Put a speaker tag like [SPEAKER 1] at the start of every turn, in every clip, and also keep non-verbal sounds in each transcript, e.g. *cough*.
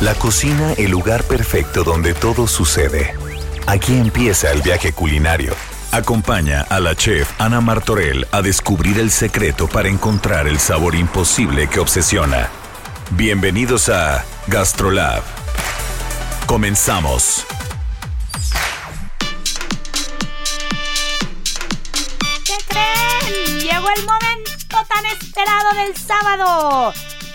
[SPEAKER 1] La cocina, el lugar perfecto donde todo sucede. Aquí empieza el viaje culinario. Acompaña a la chef Ana Martorell a descubrir el secreto para encontrar el sabor imposible que obsesiona. Bienvenidos a Gastrolab. Comenzamos.
[SPEAKER 2] ¿Qué creen? Llegó el momento tan esperado del sábado.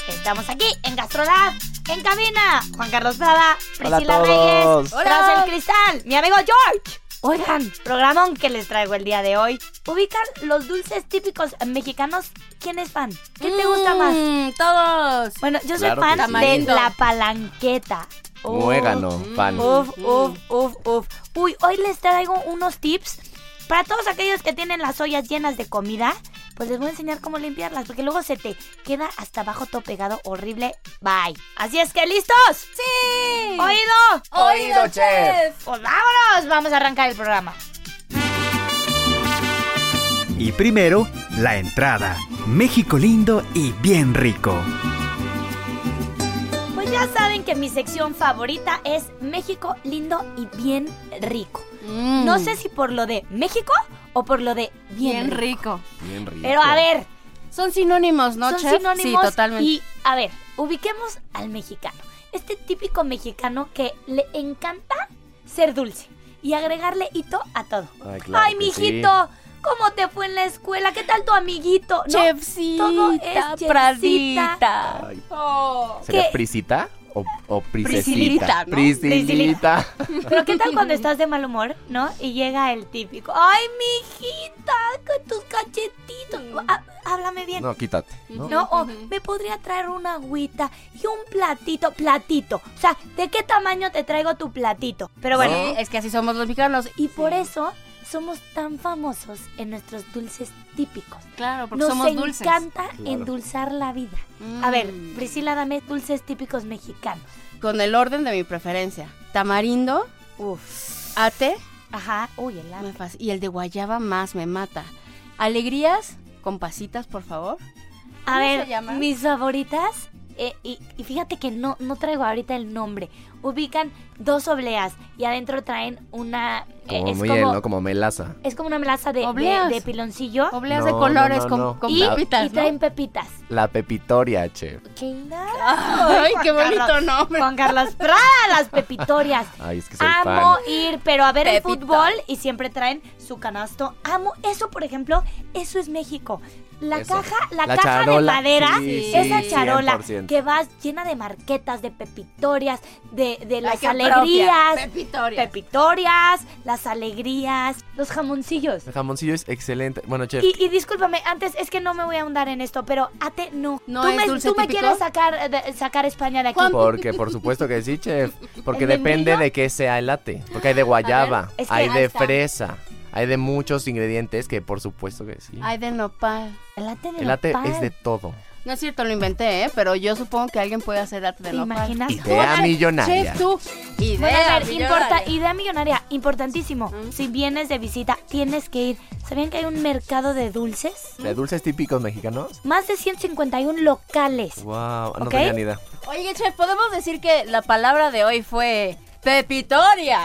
[SPEAKER 2] Estamos aquí en Gastrolab, en cabina. Juan Carlos Prada,
[SPEAKER 3] Hola a
[SPEAKER 2] Priscila
[SPEAKER 3] todos.
[SPEAKER 2] Reyes, tras el cristal, mi amigo George. Oigan, programón que les traigo el día de hoy. Ubican los dulces típicos mexicanos. ¿Quién es fan? ¿Qué te gusta más?
[SPEAKER 4] Mm, Todos.
[SPEAKER 2] Bueno, yo soy
[SPEAKER 3] Claro que
[SPEAKER 2] fan
[SPEAKER 3] sí.
[SPEAKER 2] de
[SPEAKER 4] Tamarindo.
[SPEAKER 2] la palanqueta. Uf,
[SPEAKER 3] Muégano, pan.
[SPEAKER 2] Uf, uf, uf, uf. Uy, hoy les traigo unos tips para todos aquellos que tienen las ollas llenas de comida. Pues les voy a enseñar cómo limpiarlas, porque luego se te queda hasta abajo todo pegado, horrible. Bye. Así es que listos.
[SPEAKER 4] Sí.
[SPEAKER 2] Oído.
[SPEAKER 4] Oído, chef.
[SPEAKER 2] Pues vámonos, vamos a arrancar el programa.
[SPEAKER 5] Y primero, la entrada. México lindo y bien rico.
[SPEAKER 2] Pues ya saben que mi sección favorita es México lindo y bien rico.
[SPEAKER 4] Mm.
[SPEAKER 2] No sé si por lo de México o por lo de bien,
[SPEAKER 4] Bien
[SPEAKER 2] rico.
[SPEAKER 4] rico.
[SPEAKER 3] Bien rico.
[SPEAKER 2] Pero a ver,
[SPEAKER 4] Son sinónimos, ¿no,
[SPEAKER 2] son
[SPEAKER 4] chef?
[SPEAKER 2] sinónimos.
[SPEAKER 4] Sí, totalmente.
[SPEAKER 2] Y a ver, ubiquemos al mexicano. Este típico mexicano que le encanta ser dulce y agregarle hito a todo.
[SPEAKER 3] Ay, claro
[SPEAKER 2] Ay,
[SPEAKER 3] que
[SPEAKER 2] mijito, ¿cómo te fue en la escuela? ¿Qué tal tu amiguito? No,
[SPEAKER 4] Chefcita,
[SPEAKER 2] todo es chefcita.
[SPEAKER 4] Pradita.
[SPEAKER 3] Ay,
[SPEAKER 4] Oh.
[SPEAKER 3] ¿Sería
[SPEAKER 2] ¿Qué?
[SPEAKER 3] Prisita o, o Priscilita?
[SPEAKER 4] Priscilita, ¿no?
[SPEAKER 3] Priscilita.
[SPEAKER 2] *laughs* Pero ¿qué tal cuando estás de mal humor, no? Y llega el típico. Ay, mijita, con tus cachetitos.
[SPEAKER 4] Mm.
[SPEAKER 2] Há- Háblame bien.
[SPEAKER 3] No, quítate. ¿no?
[SPEAKER 2] No, o me podría traer una agüita y un platito, platito. O sea, ¿de qué tamaño te traigo tu platito? Pero bueno,
[SPEAKER 4] Sí, es que así somos los mexicanos.
[SPEAKER 2] y por eso somos tan famosos en nuestros dulces típicos.
[SPEAKER 4] Claro, porque
[SPEAKER 2] Nos
[SPEAKER 4] somos dulces. Mm.
[SPEAKER 2] encanta
[SPEAKER 3] Claro.
[SPEAKER 2] endulzar la vida. A ver, Priscila, dame dulces típicos mexicanos.
[SPEAKER 4] Con el orden de mi preferencia. Tamarindo,
[SPEAKER 2] Uf.
[SPEAKER 4] ate,
[SPEAKER 2] Ajá, uy, el
[SPEAKER 4] me
[SPEAKER 2] hambre.
[SPEAKER 4] fas- y el de guayaba más me mata. Alegrías, con pasitas, por favor.
[SPEAKER 2] A
[SPEAKER 4] ¿Cómo
[SPEAKER 2] ver,
[SPEAKER 4] se llama?
[SPEAKER 2] mis favoritas. eh, y, y fíjate que no, no traigo ahorita el nombre. Ubican dos obleas y adentro traen una. eh,
[SPEAKER 3] Como
[SPEAKER 2] es
[SPEAKER 3] muy
[SPEAKER 2] como-
[SPEAKER 3] él, ¿no? Como melaza.
[SPEAKER 2] Es como una melaza de, de,
[SPEAKER 4] Obleas.
[SPEAKER 2] de piloncillo
[SPEAKER 4] Obleas
[SPEAKER 3] No,
[SPEAKER 4] de
[SPEAKER 3] no,
[SPEAKER 4] colores
[SPEAKER 3] no,
[SPEAKER 4] con,
[SPEAKER 3] no.
[SPEAKER 4] con
[SPEAKER 2] y,
[SPEAKER 4] pepitas,
[SPEAKER 2] y
[SPEAKER 4] ¿no?
[SPEAKER 2] traen pepitas.
[SPEAKER 3] La pepitoria, chef.
[SPEAKER 4] *laughs* Ay, qué
[SPEAKER 2] Juan
[SPEAKER 4] bonito
[SPEAKER 2] Carlos.
[SPEAKER 4] nombre.
[SPEAKER 2] Juan Carlos Prada, las pepitorias.
[SPEAKER 3] *laughs* Ay, es que soy
[SPEAKER 2] Amo
[SPEAKER 3] fan.
[SPEAKER 2] ir, pero a ver el
[SPEAKER 4] Pepita.
[SPEAKER 2] fútbol y siempre traen su canasto. Amo eso, por ejemplo, eso es México. La
[SPEAKER 3] Eso.
[SPEAKER 2] caja, la,
[SPEAKER 3] La
[SPEAKER 2] caja de
[SPEAKER 3] charola.
[SPEAKER 2] madera,
[SPEAKER 3] Sí,
[SPEAKER 2] esa
[SPEAKER 3] sí,
[SPEAKER 2] charola
[SPEAKER 3] 100%.
[SPEAKER 2] que vas llena de marquetas, de pepitorias, de, de
[SPEAKER 4] Ay,
[SPEAKER 2] las
[SPEAKER 4] qué
[SPEAKER 2] alegrías,
[SPEAKER 4] propia. Pepitorias.
[SPEAKER 2] pepitorias, las alegrías, los jamoncillos.
[SPEAKER 3] El jamoncillo es excelente. Bueno, chef.
[SPEAKER 2] Y, y discúlpame, antes es que no me voy a ahondar en esto, pero ate no.
[SPEAKER 4] ¿No
[SPEAKER 2] tú
[SPEAKER 4] es
[SPEAKER 2] me,
[SPEAKER 4] dulce
[SPEAKER 2] tú me
[SPEAKER 4] típico?
[SPEAKER 2] quieres sacar, eh, de- sacar España de aquí.
[SPEAKER 4] Juan-
[SPEAKER 3] Porque por supuesto que sí, chef. Porque
[SPEAKER 2] ¿El membrillo?
[SPEAKER 3] depende de qué sea el latte. Porque hay de guayaba,
[SPEAKER 2] es que
[SPEAKER 3] hay
[SPEAKER 4] ahí
[SPEAKER 3] de
[SPEAKER 4] está.
[SPEAKER 3] fresa, hay de muchos ingredientes que por supuesto que sí.
[SPEAKER 4] Ay, de nopal.
[SPEAKER 2] El ate de
[SPEAKER 3] El latte
[SPEAKER 2] nopal.
[SPEAKER 3] es de todo.
[SPEAKER 4] No es cierto, lo inventé, ¿eh? Pero yo supongo que alguien puede hacer arte de
[SPEAKER 2] ¿Te
[SPEAKER 4] nopal.
[SPEAKER 2] imaginas?
[SPEAKER 3] Idea millonaria.
[SPEAKER 4] Chef, tú. Idea
[SPEAKER 2] Bueno, a ver,
[SPEAKER 4] millonaria.
[SPEAKER 2] importa, idea millonaria, importantísimo. Si vienes de visita, tienes que ir. ¿Sabían que hay un mercado de dulces?
[SPEAKER 3] ¿De dulces típicos mexicanos?
[SPEAKER 2] Más de 151 locales.
[SPEAKER 3] Wow, no
[SPEAKER 2] ¿Ok?
[SPEAKER 3] tenía ni idea.
[SPEAKER 4] Oye, chef, podemos decir que la palabra de hoy fue pepitoria.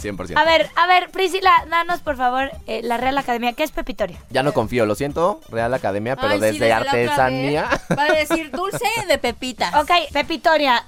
[SPEAKER 3] 100%.
[SPEAKER 2] A ver, a ver, Priscila, danos por favor eh, la Real Academia. ¿Qué es Pepitoria?
[SPEAKER 3] Ya no confío, lo siento, Real Academia, pero
[SPEAKER 4] Ay, sí,
[SPEAKER 3] desde,
[SPEAKER 4] la otra vez.
[SPEAKER 3] artesanía.
[SPEAKER 4] Para decir dulce de pepitas.
[SPEAKER 2] Ok, Pepitoria.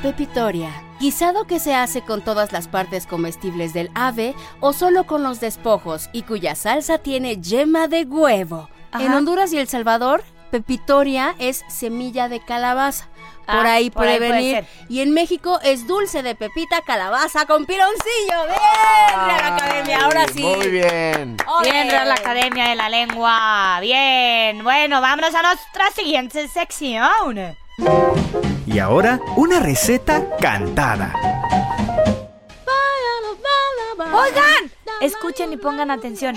[SPEAKER 4] Pepitoria, guisado que se hace con todas las partes comestibles del ave o solo con los despojos y cuya salsa tiene yema de huevo.
[SPEAKER 2] Ajá.
[SPEAKER 4] En Honduras y El Salvador Pepitoria es semilla de calabaza. Por
[SPEAKER 2] Ah,
[SPEAKER 4] ahí
[SPEAKER 2] por
[SPEAKER 4] puede
[SPEAKER 2] ahí puede
[SPEAKER 4] venir.
[SPEAKER 2] ser.
[SPEAKER 4] y en México es dulce de pepita, calabaza con pironcillo.
[SPEAKER 2] Ah,
[SPEAKER 4] ¡Bien! Real Academia, ahora
[SPEAKER 3] *laughs*
[SPEAKER 4] sí.
[SPEAKER 3] Muy bien.
[SPEAKER 4] ¡Ole!
[SPEAKER 2] Bien, Real Academia de la Lengua. Bien. Bueno, vámonos a nuestra siguiente sección.
[SPEAKER 5] Y ahora, una receta cantada.
[SPEAKER 2] Oigan, escuchen y pongan atención.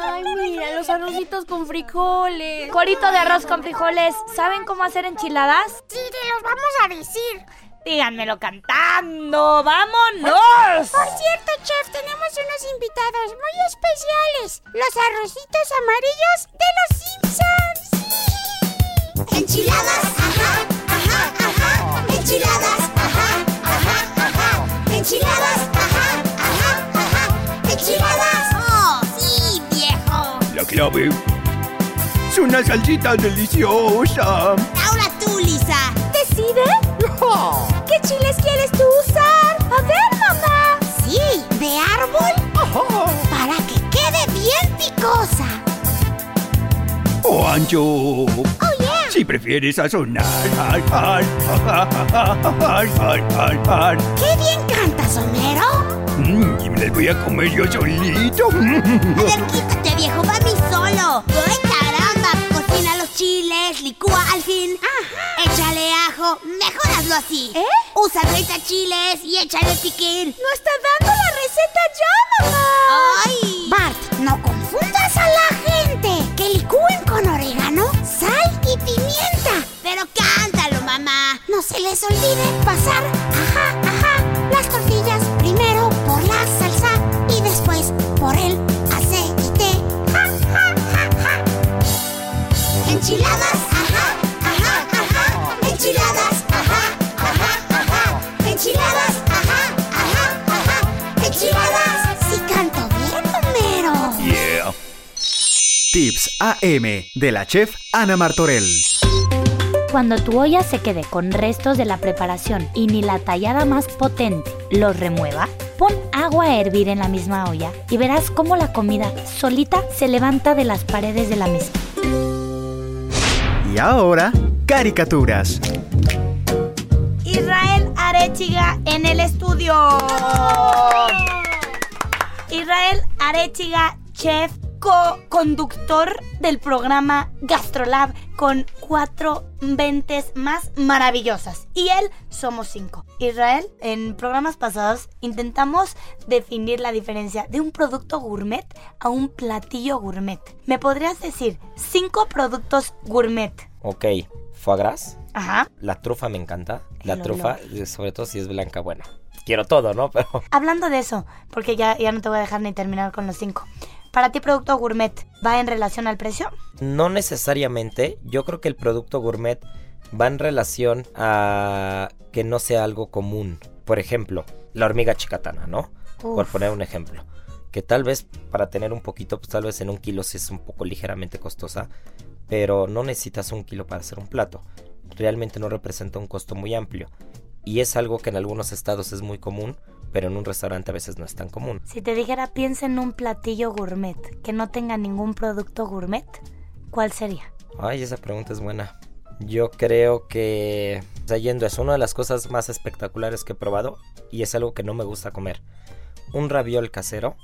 [SPEAKER 4] Ay, mira, los arrocitos con frijoles.
[SPEAKER 2] Corito de arroz con frijoles. ¿Saben cómo hacer enchiladas?
[SPEAKER 6] Sí, te los vamos a decir.
[SPEAKER 2] Díganmelo cantando. ¡Vámonos!
[SPEAKER 6] Por cierto, chef, tenemos unos invitados muy especiales. Los arrocitos amarillos de los Simpsons. *laughs* Enchiladas, ajá, ajá, ajá. Enchiladas, ajá, ajá, ajá. Enchiladas, ajá, ajá, ajá. Enchiladas. Oh, sí, viejo.
[SPEAKER 7] La clave es una salsita deliciosa.
[SPEAKER 6] Ahora tú, Lisa. ¿Decide? ¿Qué chiles quieres tú usar? A ver, mamá. Sí, de árbol. Para que quede bien picosa.
[SPEAKER 7] O ancho.
[SPEAKER 6] Oh, yeah.
[SPEAKER 7] Si prefieres sazonar. Ay, ay, ay, ay, ay, ay, ay.
[SPEAKER 6] ¡Qué bien cantas, Homero!
[SPEAKER 7] Mm, y me las voy a comer yo solito.
[SPEAKER 6] A ver, quítate, viejo, va mí solo. ¡Ay, caramba! Cocina los chiles, licúa al fin. Échale ajo, mejor hazlo así. ¿Eh? Usa 30 chiles y échale piquín. ¡No está dando la receta ya, mamá! ¡Ay! Bart, no confundas a la gente. Que licúen con orégano, sal y pimienta. Pero cántalo, mamá. No se les olvide pasar, ajá, ajá, las tortillas primero por la salsa y después por el aceite. Ja, ja, ja, ja. Enchiladas, ajá, ajá, ajá. Enchiladas, ajá, ajá, ajá. Enchiladas, ajá, ajá, ajá. Enchiladas. Si canto bien, Homero.
[SPEAKER 7] Yeah.
[SPEAKER 5] Tips AM de la chef Ana Martorell.
[SPEAKER 2] Cuando tu olla se quede con restos de la preparación y ni la tallada más potente los remueva, pon agua a hervir en la misma olla y verás cómo la comida solita se levanta de las paredes de la mesa.
[SPEAKER 5] Y ahora, caricaturas.
[SPEAKER 2] Israel Arechiga en el estudio. Israel Arechiga, chef, co-conductor del programa GastroLab con cuatro ventes más maravillosas. Y él somos cinco. Israel, en programas pasados intentamos definir la diferencia de un producto gourmet a un platillo gourmet. ¿Me podrías decir cinco productos gourmet?
[SPEAKER 8] Ok, foie gras.
[SPEAKER 2] Ajá.
[SPEAKER 8] La trufa me encanta. La
[SPEAKER 2] El
[SPEAKER 8] trufa, eh, sobre todo si es blanca, bueno. Quiero todo, ¿no? *laughs* Pero
[SPEAKER 2] Hablando de eso, porque ya, ya no te voy a dejar ni terminar con los cinco. Para ti, producto gourmet, ¿va en relación al precio?
[SPEAKER 8] no necesariamente. Yo creo que el producto gourmet va en relación a que no sea algo común. Por ejemplo, la hormiga chicatana, ¿no? Por
[SPEAKER 2] Uf.
[SPEAKER 8] poner un ejemplo. Que tal vez para tener un poquito, pues tal vez en un kilo sí es un poco ligeramente costosa. Pero no necesitas un kilo para hacer un plato. Realmente no representa un costo muy amplio. Y es algo que en algunos estados es muy común, pero en un restaurante a veces no es tan común.
[SPEAKER 2] Si te dijera, piensa en un platillo gourmet que no tenga ningún producto gourmet, ¿cuál sería?
[SPEAKER 8] Ay, esa pregunta es buena. Yo creo que yendo es una de las cosas más espectaculares que he probado y es algo que no me gusta comer. Un raviol casero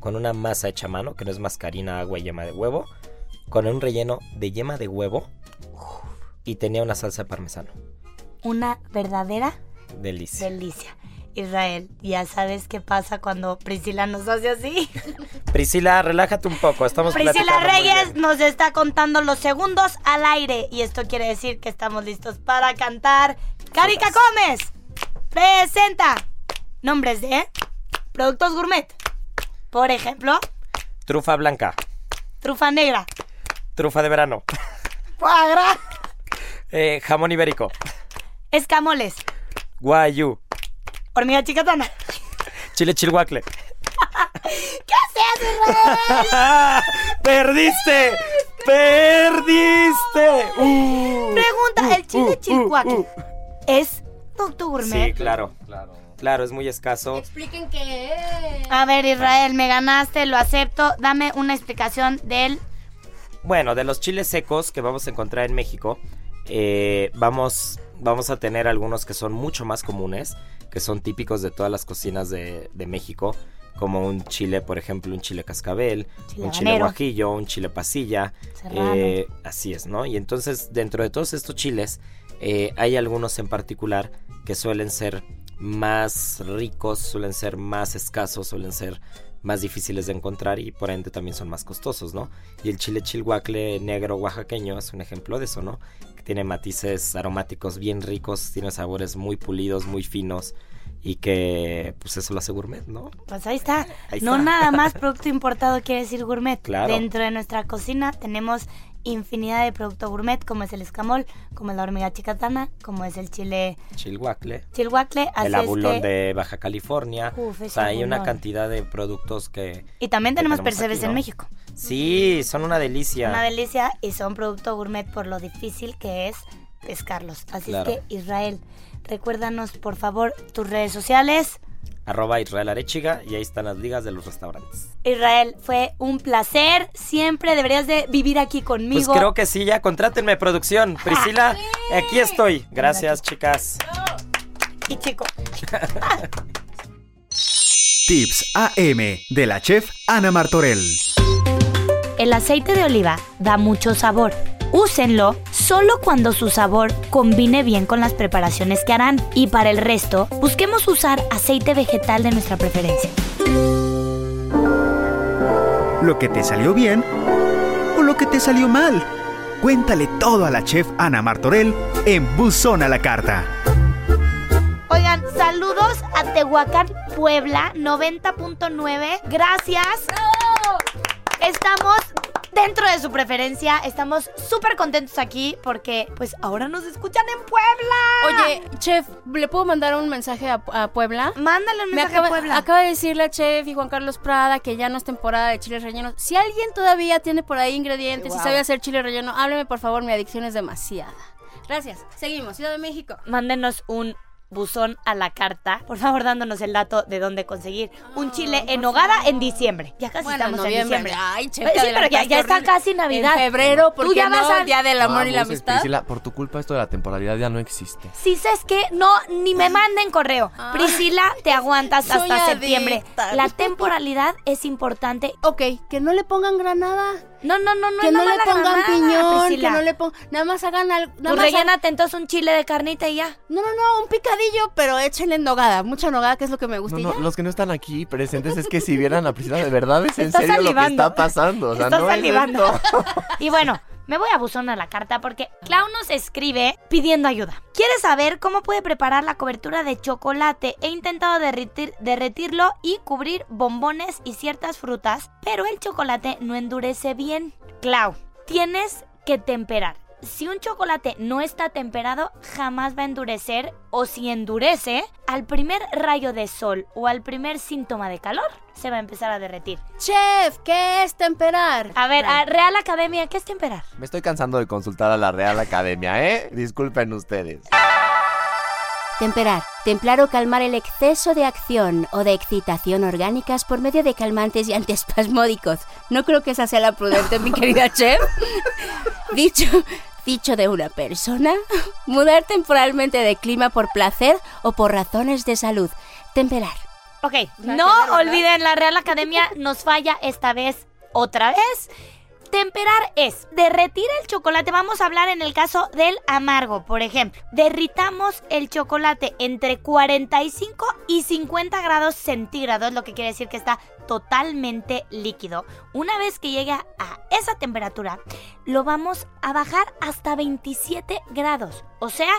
[SPEAKER 8] con una masa hecha a mano, que no es más que harina, agua y yema de huevo, con un relleno de yema de huevo y tenía una salsa de parmesano.
[SPEAKER 2] Una verdadera
[SPEAKER 8] Delicia.
[SPEAKER 2] delicia. Israel, ya sabes qué pasa cuando Priscila nos hace así.
[SPEAKER 8] Priscila, relájate un poco, estamos
[SPEAKER 2] Priscila
[SPEAKER 8] platicando muy
[SPEAKER 2] Reyes
[SPEAKER 8] bien.
[SPEAKER 2] nos está contando los segundos al aire y esto quiere decir que estamos listos para cantar. Carica Gómez presenta nombres de productos gourmet. Por ejemplo,
[SPEAKER 8] Trufa blanca,
[SPEAKER 2] trufa negra,
[SPEAKER 8] trufa de
[SPEAKER 2] *laughs*
[SPEAKER 8] verano,
[SPEAKER 2] foie gras,
[SPEAKER 8] eh, jamón ibérico,
[SPEAKER 2] escamoles,
[SPEAKER 8] guayú,
[SPEAKER 2] hormiga chicatana.
[SPEAKER 8] chile chilhuacle.
[SPEAKER 2] ¿Qué haces, Israel?
[SPEAKER 8] ¡Perdiste! ¡Perdiste! Uh.
[SPEAKER 2] Pregunta, ¿el
[SPEAKER 8] uh,
[SPEAKER 2] chile
[SPEAKER 8] uh,
[SPEAKER 2] chilcuaque
[SPEAKER 8] uh.
[SPEAKER 2] es producto
[SPEAKER 8] Sí,
[SPEAKER 2] gourmet?
[SPEAKER 8] claro. Claro, claro es muy escaso.
[SPEAKER 4] Expliquen qué es.
[SPEAKER 2] A ver, Israel, me ganaste, lo acepto. Dame una explicación del
[SPEAKER 8] Bueno, de los chiles secos que vamos a encontrar en México, eh, vamos, vamos a tener algunos que son mucho más comunes, que son típicos de todas las cocinas de, de México, como un chile, por ejemplo, un chile cascabel,
[SPEAKER 2] Chile
[SPEAKER 8] un chile
[SPEAKER 2] habanero.
[SPEAKER 8] guajillo, un chile pasilla.
[SPEAKER 2] Serrano.
[SPEAKER 8] eh, así es, ¿no? Y entonces, dentro de todos estos chiles, eh, hay algunos en particular que suelen ser más ricos, suelen ser más escasos, suelen ser más difíciles de encontrar y por ende también son más costosos, ¿no? Y el chile chilhuacle negro oaxaqueño es un ejemplo de eso, ¿no? Que tiene matices aromáticos bien ricos, tiene sabores muy pulidos, muy finos y que pues eso lo hace gourmet, ¿no?
[SPEAKER 2] Pues ahí está.
[SPEAKER 8] Ahí
[SPEAKER 2] no
[SPEAKER 8] está.
[SPEAKER 2] nada
[SPEAKER 8] *laughs*
[SPEAKER 2] más producto importado quiere decir gourmet.
[SPEAKER 8] Claro.
[SPEAKER 2] Dentro de nuestra cocina tenemos infinidad de producto gourmet, como es el escamol, como es la hormiga chicatana, como es el chile
[SPEAKER 8] Chilhuacle.
[SPEAKER 2] chilhuacle, así
[SPEAKER 8] El
[SPEAKER 2] es
[SPEAKER 8] abulón
[SPEAKER 2] que-
[SPEAKER 8] de Baja California.
[SPEAKER 2] Uf,
[SPEAKER 8] o
[SPEAKER 2] ese
[SPEAKER 8] sea, hay una
[SPEAKER 2] abulón.
[SPEAKER 8] cantidad de productos que...
[SPEAKER 2] Y también
[SPEAKER 8] que
[SPEAKER 2] tenemos
[SPEAKER 8] tenemos
[SPEAKER 2] percebes
[SPEAKER 8] aquí,
[SPEAKER 2] en
[SPEAKER 8] ¿no?
[SPEAKER 2] México.
[SPEAKER 8] Sí, son una delicia.
[SPEAKER 2] Una delicia y son producto gourmet por lo difícil que es pescarlos. Así
[SPEAKER 8] Claro.
[SPEAKER 2] es que, Israel, recuérdanos por favor tus redes sociales.
[SPEAKER 8] Arroba Israel Arechiga y ahí están las ligas de los restaurantes.
[SPEAKER 2] Israel, fue un placer. Siempre deberías de vivir aquí
[SPEAKER 8] Pues
[SPEAKER 2] conmigo.
[SPEAKER 8] creo que sí, ya contrátenme producción.
[SPEAKER 4] Ah,
[SPEAKER 8] Priscila, aquí estoy. Gracias, chicas.
[SPEAKER 2] Y chico.
[SPEAKER 5] Tips AM de la chef Ana Martorell.
[SPEAKER 2] El aceite de oliva da mucho sabor. Úsenlo solo cuando su sabor combine bien con las preparaciones que harán. Y para el resto, busquemos usar aceite vegetal de nuestra preferencia.
[SPEAKER 5] Lo que te salió bien o lo que te salió mal. Cuéntale todo a la chef Ana Martorell en Buzón a la Carta.
[SPEAKER 2] Oigan, saludos a Tehuacán, Puebla, 90.9. Gracias. Estamos dentro de su preferencia. Estamos súper contentos aquí porque pues ahora nos escuchan en Puebla.
[SPEAKER 4] Oye, chef, ¿le puedo mandar un mensaje a, a Puebla?
[SPEAKER 2] Mándale un
[SPEAKER 4] Me
[SPEAKER 2] mensaje
[SPEAKER 4] acaba,
[SPEAKER 2] a Puebla.
[SPEAKER 4] acaba de decir la chef y Juan Carlos Prada que ya no es temporada de chiles rellenos. Si alguien todavía tiene por ahí ingredientes y
[SPEAKER 2] Wow.
[SPEAKER 4] sabe hacer chile relleno, hábleme por favor, mi adicción es demasiada. Gracias. Seguimos, Ciudad de México.
[SPEAKER 2] Mándenos un buzón a la carta, por favor dándonos el dato de dónde conseguir un chile en hogada en diciembre. Ya casi
[SPEAKER 4] Ah, Bueno,
[SPEAKER 2] estamos en
[SPEAKER 4] noviembre.
[SPEAKER 2] diciembre.
[SPEAKER 4] Ay, chef,
[SPEAKER 2] Pues
[SPEAKER 4] te
[SPEAKER 2] sí, pero ya,
[SPEAKER 4] adelantaste
[SPEAKER 2] ya está
[SPEAKER 4] horrible.
[SPEAKER 2] casi Navidad.
[SPEAKER 4] En febrero, ¿por
[SPEAKER 2] Tú
[SPEAKER 4] qué
[SPEAKER 2] ya vas
[SPEAKER 4] no?
[SPEAKER 2] al-
[SPEAKER 4] El Día del Amor y la
[SPEAKER 3] Vamos, es-
[SPEAKER 4] Amistad.
[SPEAKER 3] Priscila, por tu culpa esto de la temporalidad ya no existe.
[SPEAKER 2] Si sabes que no, ni me manden correo. Priscila, te aguantas
[SPEAKER 4] Ah. Soy
[SPEAKER 2] hasta septiembre.
[SPEAKER 4] adicta. *laughs*
[SPEAKER 2] La temporalidad es importante.
[SPEAKER 4] Ok, que no le pongan granada.
[SPEAKER 2] No, no, no, no.
[SPEAKER 4] que
[SPEAKER 2] es
[SPEAKER 4] no
[SPEAKER 2] nada
[SPEAKER 4] le
[SPEAKER 2] más la
[SPEAKER 4] pongan
[SPEAKER 2] granada, Ah,
[SPEAKER 4] piñón,
[SPEAKER 2] Priscila.
[SPEAKER 4] que no le pongan... Nada más hagan algo...
[SPEAKER 2] Pues rellénate entonces un chile de carnita y ya.
[SPEAKER 4] No, no, no, un picadillo, pero échenle nogada. Mucha nogada, que es lo que me
[SPEAKER 3] No,
[SPEAKER 4] gusta. y
[SPEAKER 3] no,
[SPEAKER 4] ya.
[SPEAKER 3] los que no están aquí presentes es que si vieran a Priscila de verdad es en
[SPEAKER 2] Está
[SPEAKER 3] serio lo que
[SPEAKER 2] salivando.
[SPEAKER 3] está pasando. O sea,
[SPEAKER 2] Está
[SPEAKER 3] no
[SPEAKER 2] salivando.
[SPEAKER 3] Es esto.
[SPEAKER 2] Y bueno, me voy a buzón a la carta porque Clau nos escribe pidiendo ayuda. Quiere saber cómo puede preparar la cobertura de chocolate. He intentado derretir- derretirlo y cubrir bombones y ciertas frutas, pero el chocolate no endurece bien. Clau, tienes que temperar. Si un chocolate no está temperado, jamás va a endurecer. O si endurece, al primer rayo de sol o al primer síntoma de calor, se va a empezar a derretir.
[SPEAKER 4] Chef, ¿qué es temperar?
[SPEAKER 2] A ver, a Real Academia, ¿qué es temperar?
[SPEAKER 3] Me estoy cansando de consultar a la Real Academia, ¿eh? Disculpen ustedes.
[SPEAKER 9] Temperar. Templar o calmar el exceso de acción o de excitación orgánicas por medio de calmantes y antiespasmódicos. No creo que esa sea la prudente, mi
[SPEAKER 2] *laughs*
[SPEAKER 9] querida chef. dicho, dicho de una persona. Mudar temporalmente de clima por placer o por razones de salud. Temperar.
[SPEAKER 2] Ok,
[SPEAKER 4] sea,
[SPEAKER 2] no
[SPEAKER 4] qué bárbaro.
[SPEAKER 2] olviden, la Real Academia nos falla esta vez otra vez. Temperar es derretir el chocolate. Vamos a hablar en el caso del amargo, por ejemplo. Derritamos el chocolate entre 45 y 50 grados centígrados, lo que quiere decir que está totalmente líquido. Una vez que llegue a esa temperatura, lo vamos a bajar hasta 27 grados. O sea,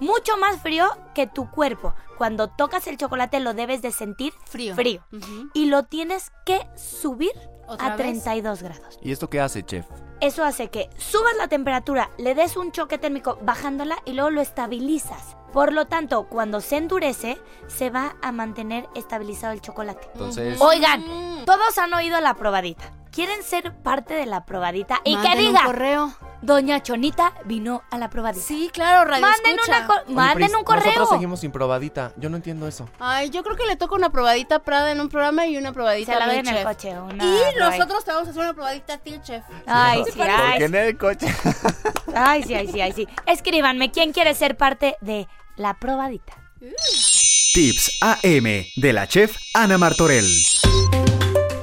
[SPEAKER 2] mucho más frío que tu cuerpo. Cuando tocas el chocolate lo debes de sentir
[SPEAKER 4] Frío.
[SPEAKER 2] frío.
[SPEAKER 4] Ujú.
[SPEAKER 2] Y lo tienes que subir
[SPEAKER 4] ¿Otra
[SPEAKER 2] a
[SPEAKER 4] vez?
[SPEAKER 2] 32 grados.
[SPEAKER 3] ¿Y esto qué hace, chef?
[SPEAKER 2] Eso hace que subas la temperatura, le des un choque térmico bajándola y luego lo estabilizas. Por lo tanto, cuando se endurece, se va a mantener estabilizado el chocolate.
[SPEAKER 3] Entonces,
[SPEAKER 4] Mm.
[SPEAKER 2] Oigan, todos han oído la probadita. ¿Quieren ser parte de la probadita? Y que
[SPEAKER 4] Manden un
[SPEAKER 2] diga,
[SPEAKER 4] correo.
[SPEAKER 2] Doña Chonita vino a la probadita. Sí,
[SPEAKER 4] claro, radio
[SPEAKER 2] Manden,
[SPEAKER 4] escucha.
[SPEAKER 2] una co-
[SPEAKER 4] Oye,
[SPEAKER 2] manden
[SPEAKER 3] Pris,
[SPEAKER 2] un correo.
[SPEAKER 3] Nosotros seguimos sin probadita. Yo no entiendo eso.
[SPEAKER 4] Ay, yo creo que le toca una probadita a Prada en un programa y una probadita
[SPEAKER 2] Se la
[SPEAKER 4] a
[SPEAKER 2] doy
[SPEAKER 4] mi
[SPEAKER 2] en el
[SPEAKER 4] chef.
[SPEAKER 2] coche, una
[SPEAKER 4] y
[SPEAKER 2] probadita.
[SPEAKER 4] nosotros te vamos a hacer una probadita a ti, chef.
[SPEAKER 2] Ay,
[SPEAKER 4] ¿Te
[SPEAKER 2] sí,
[SPEAKER 4] parece?
[SPEAKER 2] ay,
[SPEAKER 3] en el coche.
[SPEAKER 2] Ay, sí, ay, sí, ay, sí. Escríbanme, ¿quién quiere ser parte de la probadita?
[SPEAKER 5] Tips AM de la chef Ana Martorell.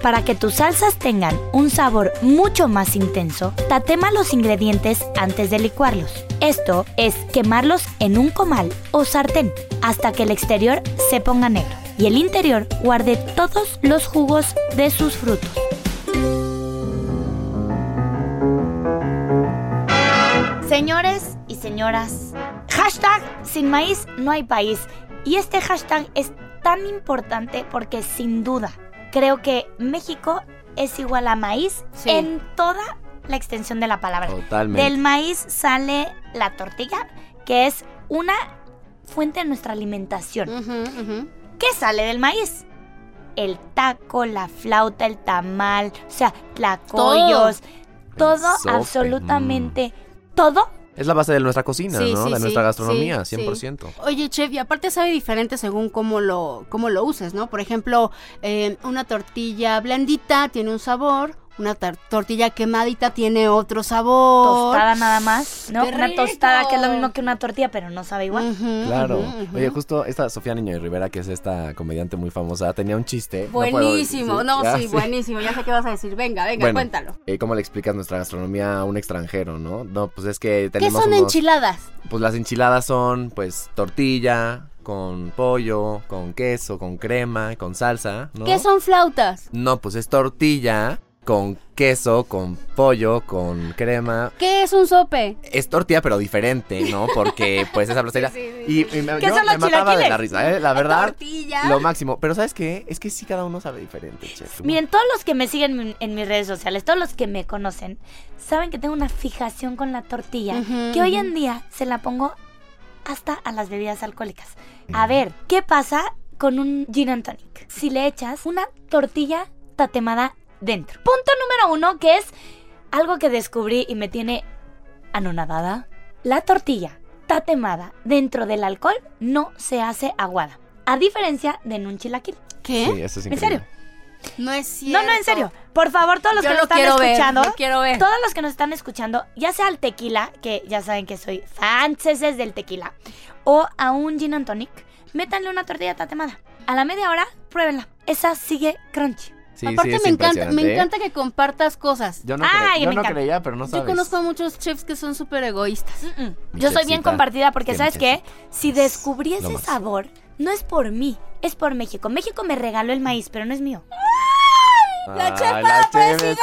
[SPEAKER 2] Para que tus salsas tengan un sabor mucho más intenso, tatema los ingredientes antes de licuarlos. Esto es quemarlos en un comal o sartén hasta que el exterior se ponga negro y el interior guarde todos los jugos de sus frutos. Señores y señoras, hashtag sin maíz no hay país. Y este hashtag es tan importante porque sin duda creo que México es igual a maíz en toda la extensión de la palabra.
[SPEAKER 3] Totalmente.
[SPEAKER 2] Del maíz sale la tortilla, que es una fuente de nuestra alimentación.
[SPEAKER 4] Mm.
[SPEAKER 2] ¿Qué sale del maíz? El taco, la flauta, el tamal, o sea, tlacoyos, todo,
[SPEAKER 3] sope, mm.
[SPEAKER 2] absolutamente todo
[SPEAKER 3] Es la base de nuestra cocina,
[SPEAKER 4] Sí,
[SPEAKER 3] ¿no?
[SPEAKER 4] sí,
[SPEAKER 3] de
[SPEAKER 4] sí,
[SPEAKER 3] nuestra gastronomía,
[SPEAKER 4] sí, sí.
[SPEAKER 3] 100%.
[SPEAKER 4] Oye, chef, y aparte sabe diferente según cómo lo, cómo lo uses, ¿no? Por ejemplo, eh, una tortilla blandita tiene un sabor, una tar- tortilla quemadita tiene otro sabor.
[SPEAKER 2] tostada nada más, ¿no?
[SPEAKER 4] ¡Qué
[SPEAKER 2] Una
[SPEAKER 4] rico!
[SPEAKER 2] tostada que es lo mismo que una tortilla, pero no sabe igual.
[SPEAKER 3] Claro. Oye, justo esta Sofía Niño de Rivera, que es esta comediante muy famosa, tenía un chiste. No puedo decir-
[SPEAKER 4] Buenísimo, no,
[SPEAKER 3] ya,
[SPEAKER 4] sí, buenísimo, ya sé qué vas a decir. Venga,
[SPEAKER 3] *laughs*
[SPEAKER 4] venga,
[SPEAKER 3] Bueno,
[SPEAKER 4] cuéntalo.
[SPEAKER 3] eh, ¿Cómo le explicas nuestra gastronomía a un extranjero, no? No, pues es que
[SPEAKER 4] ¿Qué
[SPEAKER 3] tenemos
[SPEAKER 4] son
[SPEAKER 3] unos-
[SPEAKER 4] enchiladas?
[SPEAKER 3] Pues las enchiladas son, pues, tortilla con pollo, con queso, con crema, con salsa, ¿no?
[SPEAKER 4] ¿Qué son flautas?
[SPEAKER 3] No, pues es tortilla con queso, con pollo, con crema.
[SPEAKER 4] ¿Qué es un sope?
[SPEAKER 3] Es tortilla, pero diferente, ¿no?
[SPEAKER 4] *laughs*
[SPEAKER 3] Porque, pues, esa tortilla... Y, y me,
[SPEAKER 4] ¿Qué
[SPEAKER 3] yo
[SPEAKER 4] son los
[SPEAKER 3] me mataba de la
[SPEAKER 4] chilaquiles?
[SPEAKER 3] risa, ¿eh? La verdad,
[SPEAKER 4] Tortilla.
[SPEAKER 3] lo máximo. Pero, ¿sabes qué? Es que sí cada uno sabe diferente, chef.
[SPEAKER 4] Pues,
[SPEAKER 2] Miren, todos los que me siguen en- en mis redes sociales, todos los que me conocen, saben que tengo una fijación con la tortilla,
[SPEAKER 4] Ujú,
[SPEAKER 2] que hoy
[SPEAKER 4] ujú.
[SPEAKER 2] en día se la pongo hasta a las bebidas alcohólicas. A ver, ¿qué pasa con un gin and tonic? Si le echas una tortilla tatemada dentro. Punto número uno, que es algo que descubrí y me tiene anonadada. La tortilla tatemada dentro del alcohol no se hace aguada, a diferencia de en un chilaquil.
[SPEAKER 4] ¿Qué?
[SPEAKER 3] Sí, eso es
[SPEAKER 2] ¿En
[SPEAKER 3] increíble.
[SPEAKER 2] serio?
[SPEAKER 4] No es cierto.
[SPEAKER 2] No, no, en serio. Por favor, todos los
[SPEAKER 4] Yo
[SPEAKER 2] que
[SPEAKER 4] lo
[SPEAKER 2] nos
[SPEAKER 4] quiero
[SPEAKER 2] están
[SPEAKER 4] ver,
[SPEAKER 2] escuchando,
[SPEAKER 4] lo quiero ver.
[SPEAKER 2] todos los que nos están escuchando, ya sea al tequila, que ya saben que soy franceses del tequila, o a un gin and tonic, métanle una tortilla tatemada. A la media hora, pruébenla. Esa sigue crunchy.
[SPEAKER 3] Sí,
[SPEAKER 4] Aparte
[SPEAKER 3] sí, es
[SPEAKER 4] me encanta, me
[SPEAKER 3] impresionante, ¿eh?
[SPEAKER 4] encanta que compartas cosas.
[SPEAKER 3] Yo no,
[SPEAKER 2] Ay,
[SPEAKER 3] cre- yo
[SPEAKER 2] me
[SPEAKER 3] no
[SPEAKER 2] encanta.
[SPEAKER 3] creía, pero no sabes.
[SPEAKER 4] Yo conozco a muchos chefs que son súper egoístas.
[SPEAKER 3] Mi
[SPEAKER 2] Yo soy bien
[SPEAKER 3] chefcita,
[SPEAKER 2] compartida porque,
[SPEAKER 3] que
[SPEAKER 2] ¿sabes
[SPEAKER 3] mi
[SPEAKER 2] qué? Si descubrí
[SPEAKER 3] lo
[SPEAKER 2] ese
[SPEAKER 3] más.
[SPEAKER 2] sabor, no es por mí, es por México. México me regaló el maíz, pero no es mío.
[SPEAKER 3] La
[SPEAKER 2] chepa
[SPEAKER 3] la presidente.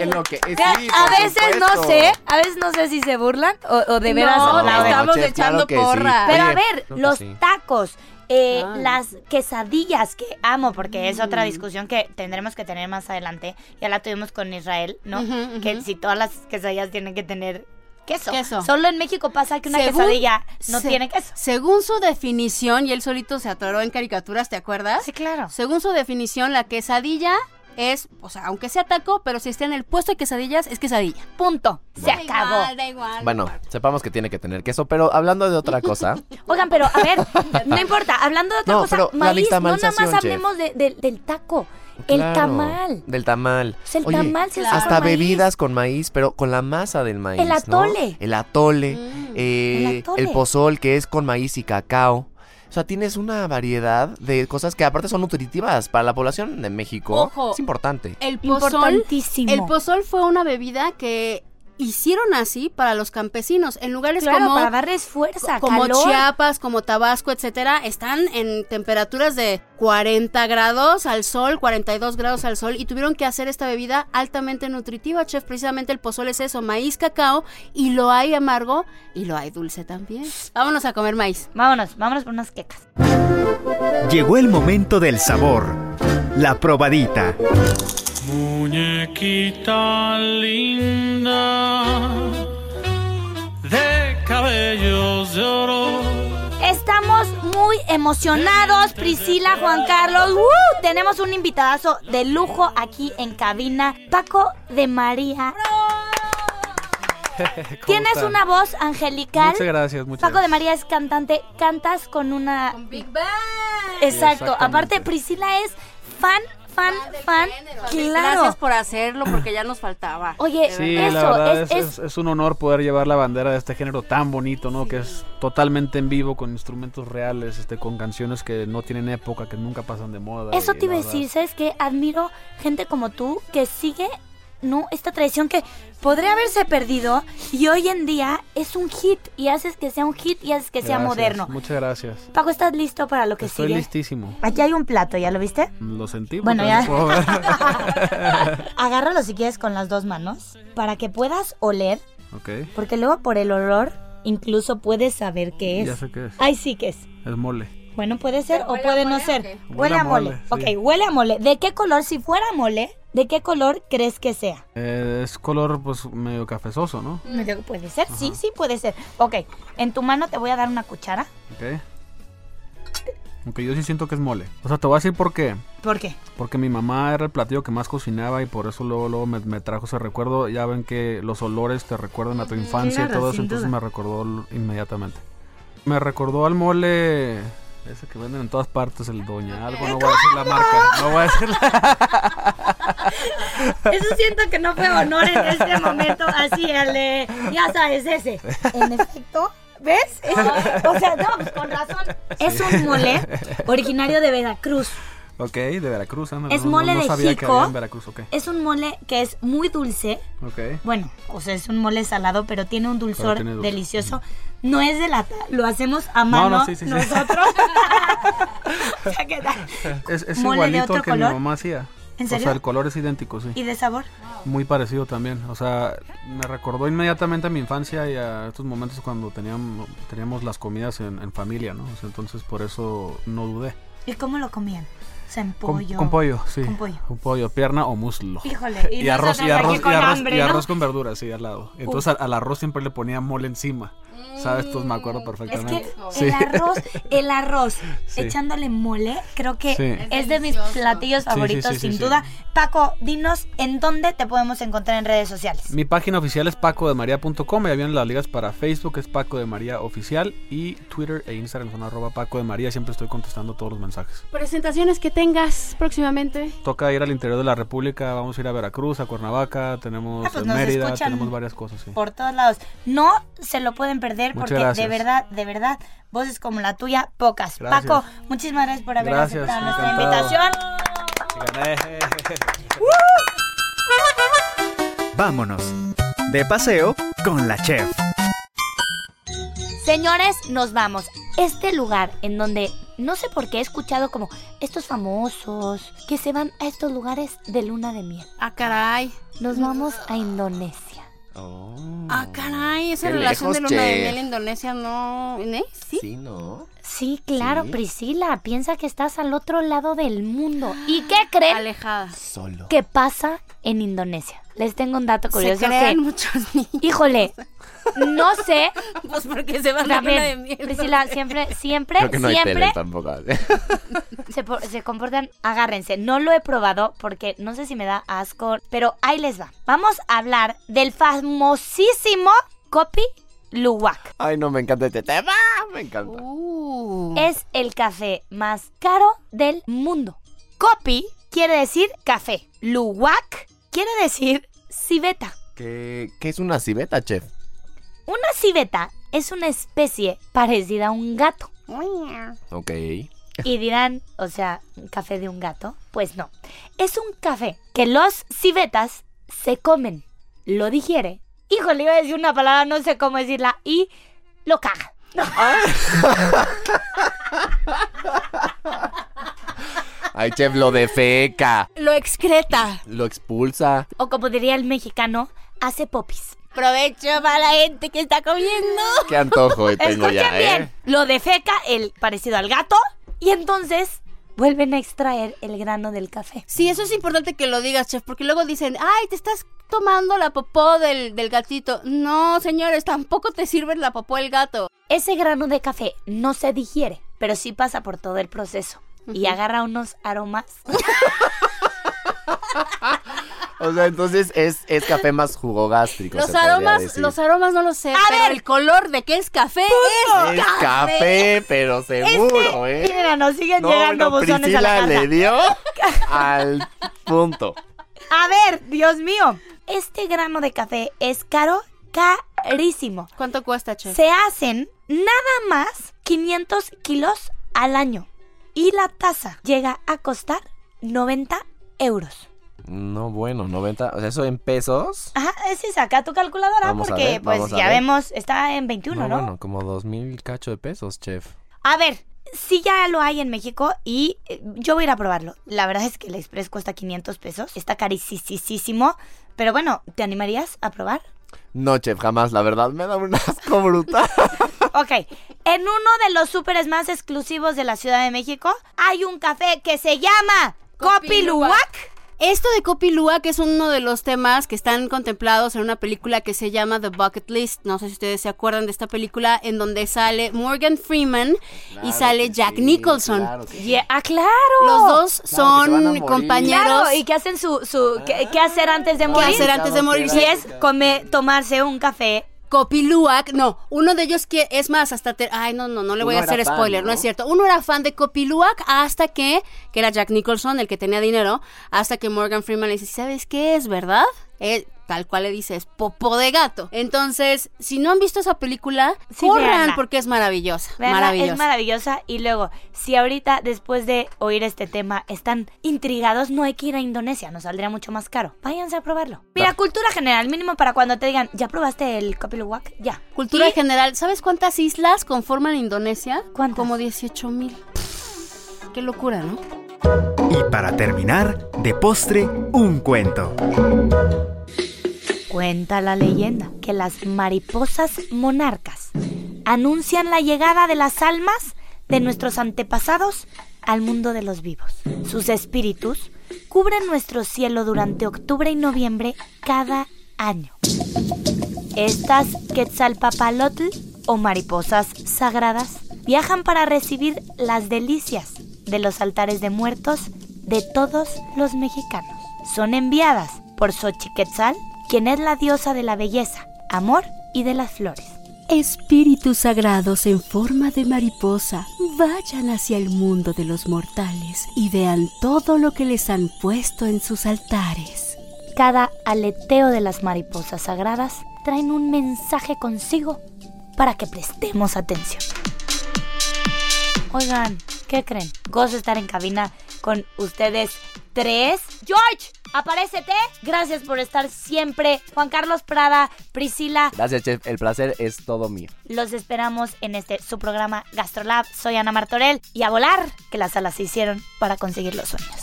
[SPEAKER 3] Es lo que es, sí,
[SPEAKER 2] a
[SPEAKER 3] por
[SPEAKER 2] veces no
[SPEAKER 3] supuesto.
[SPEAKER 2] sé, a veces no sé si se burlan o, o de
[SPEAKER 4] No,
[SPEAKER 2] veras
[SPEAKER 4] te
[SPEAKER 2] aplauden.
[SPEAKER 4] estamos
[SPEAKER 3] chef, claro
[SPEAKER 4] echando
[SPEAKER 3] que sí.
[SPEAKER 4] porra.
[SPEAKER 2] Pero a
[SPEAKER 3] Oye,
[SPEAKER 2] ver,
[SPEAKER 3] no,
[SPEAKER 2] los
[SPEAKER 3] sí.
[SPEAKER 2] tacos, eh,
[SPEAKER 4] Ah.
[SPEAKER 2] las quesadillas que amo, porque es otra discusión que tendremos que tener más adelante. Ya la tuvimos con Israel, ¿no?
[SPEAKER 4] Ujú,
[SPEAKER 2] Que
[SPEAKER 4] ujú.
[SPEAKER 2] si todas las quesadillas tienen que tener queso.
[SPEAKER 4] Queso.
[SPEAKER 2] Solo en México pasa que una
[SPEAKER 4] Según-
[SPEAKER 2] quesadilla no
[SPEAKER 4] se-
[SPEAKER 2] tiene queso.
[SPEAKER 4] Según su definición, y él solito se atoró en caricaturas, ¿te acuerdas?
[SPEAKER 2] Sí, claro.
[SPEAKER 4] Según su definición, la quesadilla es, o sea, aunque sea taco, pero si está en el puesto de quesadillas, es quesadilla.
[SPEAKER 2] Punto. Se
[SPEAKER 4] Da
[SPEAKER 2] acabó.
[SPEAKER 4] igual, da igual.
[SPEAKER 3] Bueno, sepamos que tiene que tener queso, pero hablando de otra cosa,
[SPEAKER 2] Oigan, pero a ver, *laughs* no importa, hablando de otra
[SPEAKER 3] No,
[SPEAKER 2] cosa,
[SPEAKER 3] pero la
[SPEAKER 2] maíz, no nada más
[SPEAKER 3] nixtamalización, chef.
[SPEAKER 2] hablemos de- del- del taco, *laughs* el
[SPEAKER 3] Claro,
[SPEAKER 2] tamal.
[SPEAKER 3] Del tamal.
[SPEAKER 2] O sea, el
[SPEAKER 3] Oye,
[SPEAKER 2] tamal se hace
[SPEAKER 4] claro.
[SPEAKER 2] con
[SPEAKER 3] Hasta
[SPEAKER 2] maíz.
[SPEAKER 3] bebidas con maíz, pero con la masa del maíz.
[SPEAKER 2] El
[SPEAKER 3] ¿no?
[SPEAKER 2] atole.
[SPEAKER 3] El atole.
[SPEAKER 4] Mm.
[SPEAKER 3] eh,
[SPEAKER 2] El
[SPEAKER 3] el
[SPEAKER 2] atole.
[SPEAKER 3] pozol, que es con maíz y cacao. O sea, tienes una variedad de cosas que aparte son nutritivas para la población de México.
[SPEAKER 4] Ojo.
[SPEAKER 3] Es
[SPEAKER 2] *laughs*
[SPEAKER 3] importante.
[SPEAKER 4] El pozol,
[SPEAKER 2] Importantísimo.
[SPEAKER 4] el pozol fue una bebida que hicieron así para los campesinos. En lugares
[SPEAKER 2] Claro,
[SPEAKER 4] como
[SPEAKER 2] para darles fuerza,
[SPEAKER 4] como
[SPEAKER 2] calor.
[SPEAKER 4] Chiapas, como Tabasco, etcétera, están en temperaturas de 40 grados al sol, 42 grados al sol, y tuvieron que hacer esta bebida altamente nutritiva, chef. Precisamente el pozole es eso, maíz, cacao, y lo hay amargo y lo hay dulce también. Vámonos a comer maíz.
[SPEAKER 2] Vámonos, vámonos por unas quecas.
[SPEAKER 5] Llegó el momento del sabor. La probadita.
[SPEAKER 10] Muñequita linda de cabellos de oro.
[SPEAKER 2] Estamos muy emocionados, Priscila, Juan Carlos. ¡Woo! Tenemos un invitadazo de lujo aquí en cabina, Paco de María. Tienes una voz angelical.
[SPEAKER 11] Muchas gracias, muchas
[SPEAKER 2] Paco de María es cantante, cantas con una... Big Bang. Exacto,
[SPEAKER 11] Exactamente.
[SPEAKER 2] aparte Priscila es fan, fan, fan. Claro.
[SPEAKER 4] Gracias por hacerlo porque ya nos faltaba.
[SPEAKER 2] Oye,
[SPEAKER 11] Sí, la verdad es, es- es un honor poder llevar la bandera de este género tan bonito, ¿no? Que es totalmente en vivo, con instrumentos reales, este, con canciones que no tienen época, que nunca pasan de moda.
[SPEAKER 2] Eso
[SPEAKER 11] y
[SPEAKER 2] te iba a
[SPEAKER 11] la verdad-
[SPEAKER 2] decir, ¿sabes qué? Admiro gente como tú que sigue, ¿no? Esta tradición que podría haberse perdido y hoy en día es un hit y haces que sea un hit y haces que sea
[SPEAKER 11] Gracias,
[SPEAKER 2] moderno.
[SPEAKER 11] Muchas gracias.
[SPEAKER 2] Paco, ¿estás listo para lo que
[SPEAKER 11] Estoy
[SPEAKER 2] sigue?
[SPEAKER 11] listísimo.
[SPEAKER 2] Aquí hay un plato, ¿ya lo viste?
[SPEAKER 11] Lo sentimos.
[SPEAKER 2] Bueno,
[SPEAKER 11] pero no
[SPEAKER 2] ya. *laughs*
[SPEAKER 11] puedo ver.
[SPEAKER 2] Agárralo si quieres con las dos manos para que puedas oler,
[SPEAKER 11] ok.
[SPEAKER 2] porque luego por el olor incluso puedes saber qué es.
[SPEAKER 11] Ya sé qué es.
[SPEAKER 2] Ay, sí que es.
[SPEAKER 11] Es mole.
[SPEAKER 2] Bueno, puede ser o puede no ser. Huele, a mole.
[SPEAKER 11] sí.
[SPEAKER 2] Ok, huele a mole. ¿De qué color, si fuera mole, de qué color crees que sea?
[SPEAKER 11] Eh, es color, pues, medio cafezoso, ¿no?
[SPEAKER 2] Medio que Puede ser, sí, sí puede ser. Ok, en tu mano te voy a dar una cuchara.
[SPEAKER 11] Ok. Aunque yo sí siento que es mole. O sea, te voy a decir por qué.
[SPEAKER 2] ¿Por qué?
[SPEAKER 11] Porque mi mamá era el platillo que más cocinaba y por eso luego, luego me, me trajo ese recuerdo. Ya ven que los olores te recuerdan a tu infancia
[SPEAKER 12] claro,
[SPEAKER 11] y todo eso,
[SPEAKER 12] sin
[SPEAKER 11] entonces
[SPEAKER 12] duda.
[SPEAKER 11] me recordó l- inmediatamente. Me recordó al mole ese que venden en todas partes, el doña algo. No voy a decir la marca, no voy a decir la...
[SPEAKER 2] Eso siento que no fue honor en
[SPEAKER 11] *laughs*
[SPEAKER 2] este momento, así el de, ya sabes, ese. En efecto, ¿ves? Es- o sea, no, pues con razón. Es un mole originario de Veracruz.
[SPEAKER 11] Ok, de Veracruz, ándale,
[SPEAKER 2] Es
[SPEAKER 11] no- no-
[SPEAKER 2] mole
[SPEAKER 11] no
[SPEAKER 2] de
[SPEAKER 11] sabía que había
[SPEAKER 2] jico.
[SPEAKER 11] en Veracruz, ok.
[SPEAKER 2] Es un mole que es muy dulce.
[SPEAKER 11] Ok.
[SPEAKER 2] Bueno, o sea, es un mole salado, pero tiene un dulzor
[SPEAKER 11] tiene dulce.
[SPEAKER 2] delicioso. No es de lata, lo hacemos a
[SPEAKER 11] No,
[SPEAKER 2] mano
[SPEAKER 11] no, sí, sí, sí. *laughs*
[SPEAKER 2] nosotros. *laughs* O sea, ¿qué tal?
[SPEAKER 11] Es, es
[SPEAKER 2] ¿Mole de
[SPEAKER 11] igualito
[SPEAKER 2] otro
[SPEAKER 11] al que
[SPEAKER 2] color?
[SPEAKER 11] mi mamá hacía.
[SPEAKER 2] ¿En
[SPEAKER 11] O
[SPEAKER 2] serio?
[SPEAKER 11] sea, el color es idéntico, sí.
[SPEAKER 2] ¿Y de sabor?
[SPEAKER 11] Muy parecido también, o sea, me recordó inmediatamente a mi infancia y a estos momentos cuando teníamos, teníamos las comidas en, en familia, ¿no? O sea, entonces por eso no dudé.
[SPEAKER 2] ¿Y cómo lo comían? O sea, en
[SPEAKER 11] Con
[SPEAKER 2] pollo.
[SPEAKER 11] con pollo, sí.
[SPEAKER 2] Con pollo.
[SPEAKER 11] Con pollo, pierna o muslo.
[SPEAKER 2] Híjole, y
[SPEAKER 11] *laughs* Y, arroz, y
[SPEAKER 2] nosotros aquí
[SPEAKER 11] arroz,
[SPEAKER 2] con
[SPEAKER 11] y arroz,
[SPEAKER 2] hambre,
[SPEAKER 11] y
[SPEAKER 2] ¿no?
[SPEAKER 11] arroz con verduras, sí, al lado. Entonces al, al arroz siempre le ponía mole encima, ¿sabes? Entonces me acuerdo
[SPEAKER 2] Es
[SPEAKER 11] perfectamente.
[SPEAKER 2] que
[SPEAKER 11] Sí.
[SPEAKER 2] el arroz, el arroz
[SPEAKER 11] *laughs* Sí.
[SPEAKER 2] echándole mole, creo que
[SPEAKER 11] Sí.
[SPEAKER 2] es de mis platillos
[SPEAKER 11] Sí,
[SPEAKER 2] favoritos,
[SPEAKER 11] sí, sí,
[SPEAKER 2] sin
[SPEAKER 11] sí, sí.
[SPEAKER 2] duda. Paco, dinos en dónde te podemos encontrar en redes sociales.
[SPEAKER 11] Mi página oficial es pacodemaria.com y ahí vienen las ligas para Facebook, es Paco de María Oficial y Twitter e Instagram son arroba Paco de María, siempre estoy contestando todos los mensajes.
[SPEAKER 4] Presentaciones que tengas próximamente.
[SPEAKER 11] Toca ir al interior de la República, vamos a ir a Veracruz, a Cuernavaca, tenemos
[SPEAKER 2] Ah, pues
[SPEAKER 11] eh,
[SPEAKER 2] nos
[SPEAKER 11] Mérida,
[SPEAKER 2] escuchan
[SPEAKER 11] tenemos varias cosas, sí.
[SPEAKER 2] Por todos lados. No se lo pueden perder
[SPEAKER 11] Muchas
[SPEAKER 2] porque de
[SPEAKER 11] gracias.
[SPEAKER 2] verdad, de verdad, voces como la tuya, pocas.
[SPEAKER 11] Gracias.
[SPEAKER 2] Paco, muchísimas gracias por haber
[SPEAKER 11] Gracias,
[SPEAKER 2] aceptado nuestra
[SPEAKER 11] encantado.
[SPEAKER 2] invitación.
[SPEAKER 5] Vámonos. De paseo con la chef.
[SPEAKER 2] Señores, nos vamos. Este lugar en donde no sé por qué he escuchado como estos famosos que se van a estos lugares de luna de miel.
[SPEAKER 4] Ah, caray.
[SPEAKER 2] Nos vamos a Indonesia.
[SPEAKER 4] Ah, caray, esa
[SPEAKER 2] Mm. Qué
[SPEAKER 4] relación
[SPEAKER 2] lejos,
[SPEAKER 4] de luna
[SPEAKER 2] chef.
[SPEAKER 4] de miel Indonesia no. ¿eh? ¿Sí?
[SPEAKER 3] Sí, ¿no?
[SPEAKER 2] Sí, claro,
[SPEAKER 3] Sí.
[SPEAKER 2] Priscila, piensa que estás al otro lado del mundo. ¿Y *gasps* qué creen?
[SPEAKER 4] Alejada.
[SPEAKER 2] Pues,
[SPEAKER 3] Solo.
[SPEAKER 2] ¿Qué pasa en Indonesia? Les tengo un dato curioso.
[SPEAKER 4] Se crean
[SPEAKER 2] pues, que-
[SPEAKER 4] muchos niños.
[SPEAKER 2] Híjole, no *laughs* sé.
[SPEAKER 4] Pues porque se van
[SPEAKER 2] a
[SPEAKER 4] de luna de miel, no
[SPEAKER 2] Priscila,
[SPEAKER 4] sé.
[SPEAKER 2] siempre, siempre,
[SPEAKER 12] Creo que no hay
[SPEAKER 2] siempre
[SPEAKER 12] tele tampoco.
[SPEAKER 2] se, po- se comportan, agárrense. No lo he probado porque no sé si me da asco, pero ahí les va. Vamos a hablar del famosísimo Kopi Luwak.
[SPEAKER 3] Ay, no, me encanta este tema. Me encanta. Uh.
[SPEAKER 4] Eh,
[SPEAKER 2] Es el café más caro del mundo. Kopi quiere decir café. Luwak quiere decir civeta.
[SPEAKER 3] ¿Qué, qué es una civeta, chef?
[SPEAKER 2] Una civeta es una especie parecida a un gato.
[SPEAKER 3] Ok.
[SPEAKER 2] Y dirán, o sea, ¿un café de un gato? Pues no. Es un café que los civetas se comen, lo digiere. Híjole, iba a decir una palabra, no sé cómo decirla, y lo caga.
[SPEAKER 3] Ay, chef, lo defeca.
[SPEAKER 2] Lo excreta.
[SPEAKER 3] Lo expulsa.
[SPEAKER 2] O como diría el mexicano, hace popis. Provecho para la gente que está comiendo.
[SPEAKER 3] Qué antojo tengo
[SPEAKER 2] Escuchen
[SPEAKER 3] ya,
[SPEAKER 2] bien.
[SPEAKER 3] ¿eh?
[SPEAKER 2] Lo defeca, el parecido al gato, y entonces vuelven a extraer el grano del café.
[SPEAKER 4] Sí, eso es importante que lo digas, chef, porque luego dicen, ay, te estás tomando la popó del, del gatito. No, señores, tampoco te sirve la popó del gato.
[SPEAKER 2] Ese grano de café no se digiere, pero sí pasa por todo el proceso. Y agarra unos aromas
[SPEAKER 3] O sea, entonces es, es café más jugogástrico.
[SPEAKER 4] Los
[SPEAKER 3] se podría
[SPEAKER 4] aromas,
[SPEAKER 3] decir.
[SPEAKER 4] los aromas no lo sé, pero el color de que es café es
[SPEAKER 3] Es café, pero seguro, ¿eh?
[SPEAKER 2] Mira, nos siguen
[SPEAKER 3] No, no,
[SPEAKER 2] llegando buzones a
[SPEAKER 3] Priscila
[SPEAKER 2] la casa.
[SPEAKER 3] le dio
[SPEAKER 2] *laughs*
[SPEAKER 3] al punto.
[SPEAKER 2] A ver, Dios mío. Este grano de café es caro, carísimo.
[SPEAKER 4] ¿Cuánto cuesta, Che?
[SPEAKER 2] Se hacen nada más 500 kilos al año. Y la taza llega a costar 90 euros.
[SPEAKER 3] No, bueno, 90. O sea, eso en pesos.
[SPEAKER 2] Ajá, ese saca tu calculadora
[SPEAKER 3] Vamos a
[SPEAKER 2] porque
[SPEAKER 3] ver,
[SPEAKER 2] pues
[SPEAKER 3] vamos a
[SPEAKER 2] ya
[SPEAKER 3] ver.
[SPEAKER 2] vemos, está en 21, ¿no?
[SPEAKER 3] bueno, como 2000 cacho de pesos, chef.
[SPEAKER 2] A ver, sí ya lo hay en México y eh, yo voy a ir a probarlo. La verdad es que el Express cuesta 500 pesos, está carísimo, pero bueno, ¿te animarías a
[SPEAKER 4] *laughs*
[SPEAKER 2] probar?
[SPEAKER 3] No, chef, jamás, la verdad, me da un asco
[SPEAKER 2] *laughs*
[SPEAKER 3] brutal.
[SPEAKER 2] Ok, en uno de los súperes más exclusivos de la Ciudad de México hay un café que se llama Copiluac.
[SPEAKER 4] Esto de Copilúa, que es uno de los temas que están contemplados en una película que se llama The Bucket List. No sé si ustedes se acuerdan de esta película en donde sale Morgan Freeman y sale Jack Nicholson.
[SPEAKER 2] Yeah, ah, claro.
[SPEAKER 4] Los dos
[SPEAKER 2] Claro,
[SPEAKER 4] son compañeros.
[SPEAKER 2] Claro, y que hacen su, su qué, qué hacer antes de morir.
[SPEAKER 4] hacer antes de morir?
[SPEAKER 2] Si es come, tomarse un café.
[SPEAKER 4] Copiluac, no, uno de ellos que es más hasta te- ay no no no le voy
[SPEAKER 2] Uno
[SPEAKER 4] a hacer
[SPEAKER 2] era fan,
[SPEAKER 4] spoiler,
[SPEAKER 2] ¿no?
[SPEAKER 4] ¿no? es cierto. Uno era fan de Copiluac hasta que que era Jack Nicholson el que tenía dinero, hasta que Morgan Freeman le dice, "¿Sabes qué es, verdad?" Él, tal cual le dice, "Es popo de gato." Entonces, si no han visto esa película,
[SPEAKER 2] Sí,
[SPEAKER 4] corran
[SPEAKER 2] véanla.
[SPEAKER 4] porque es maravillosa,
[SPEAKER 2] Véanla,
[SPEAKER 4] maravillosa.
[SPEAKER 2] Es maravillosa. Y luego, si ahorita, después de oír este tema, están intrigados, no hay que ir a Indonesia, nos saldría mucho más caro. Váyanse a probarlo. Mira, cultura general, mínimo para cuando te digan, ¿ya probaste el Copiluwak? Ya.
[SPEAKER 4] Cultura general, ¿sabes cuántas islas conforman Indonesia? Como 18 mil. Qué locura, ¿no?
[SPEAKER 5] Y para terminar, de postre, un cuento.
[SPEAKER 2] Cuenta la leyenda que las mariposas monarcas anuncian la llegada de las almas de nuestros antepasados al mundo de los vivos. Sus espíritus cubren nuestro cielo durante octubre y noviembre cada año. Estas Quetzalpapalotl o mariposas sagradas viajan para recibir las delicias de los altares de muertos de todos los mexicanos. Son enviadas por Xochiquetzal, quien es la diosa de la belleza, amor y de las flores.
[SPEAKER 12] Espíritus sagrados en forma de mariposa, vayan hacia el mundo de los mortales y vean todo lo que les han puesto en sus altares.
[SPEAKER 2] Cada aleteo de las mariposas sagradas traen un mensaje consigo para que prestemos atención. Oigan, ¿qué creen? Gozo estar en cabina con ustedes tres. George, aparécete. Gracias por estar siempre. Juan Carlos Prada, Priscila,
[SPEAKER 3] Gracias, chef, el placer es todo mío.
[SPEAKER 2] los esperamos en este su programa Gastrolab. Soy Ana Martorell y a volar que las alas se hicieron para conseguir los sueños.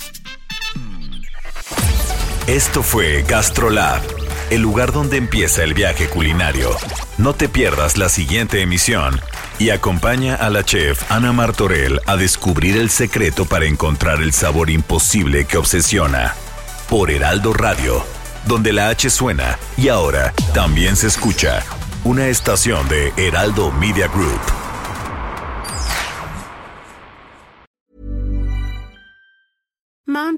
[SPEAKER 1] Esto fue GastroLab, el lugar donde empieza el viaje culinario. No te pierdas la siguiente emisión y acompaña a la chef Ana Martorell a descubrir el secreto para encontrar el sabor imposible que obsesiona. Por Heraldo Radio, donde la H suena y ahora también se escucha. Una estación de Heraldo Media Group.
[SPEAKER 13] Mom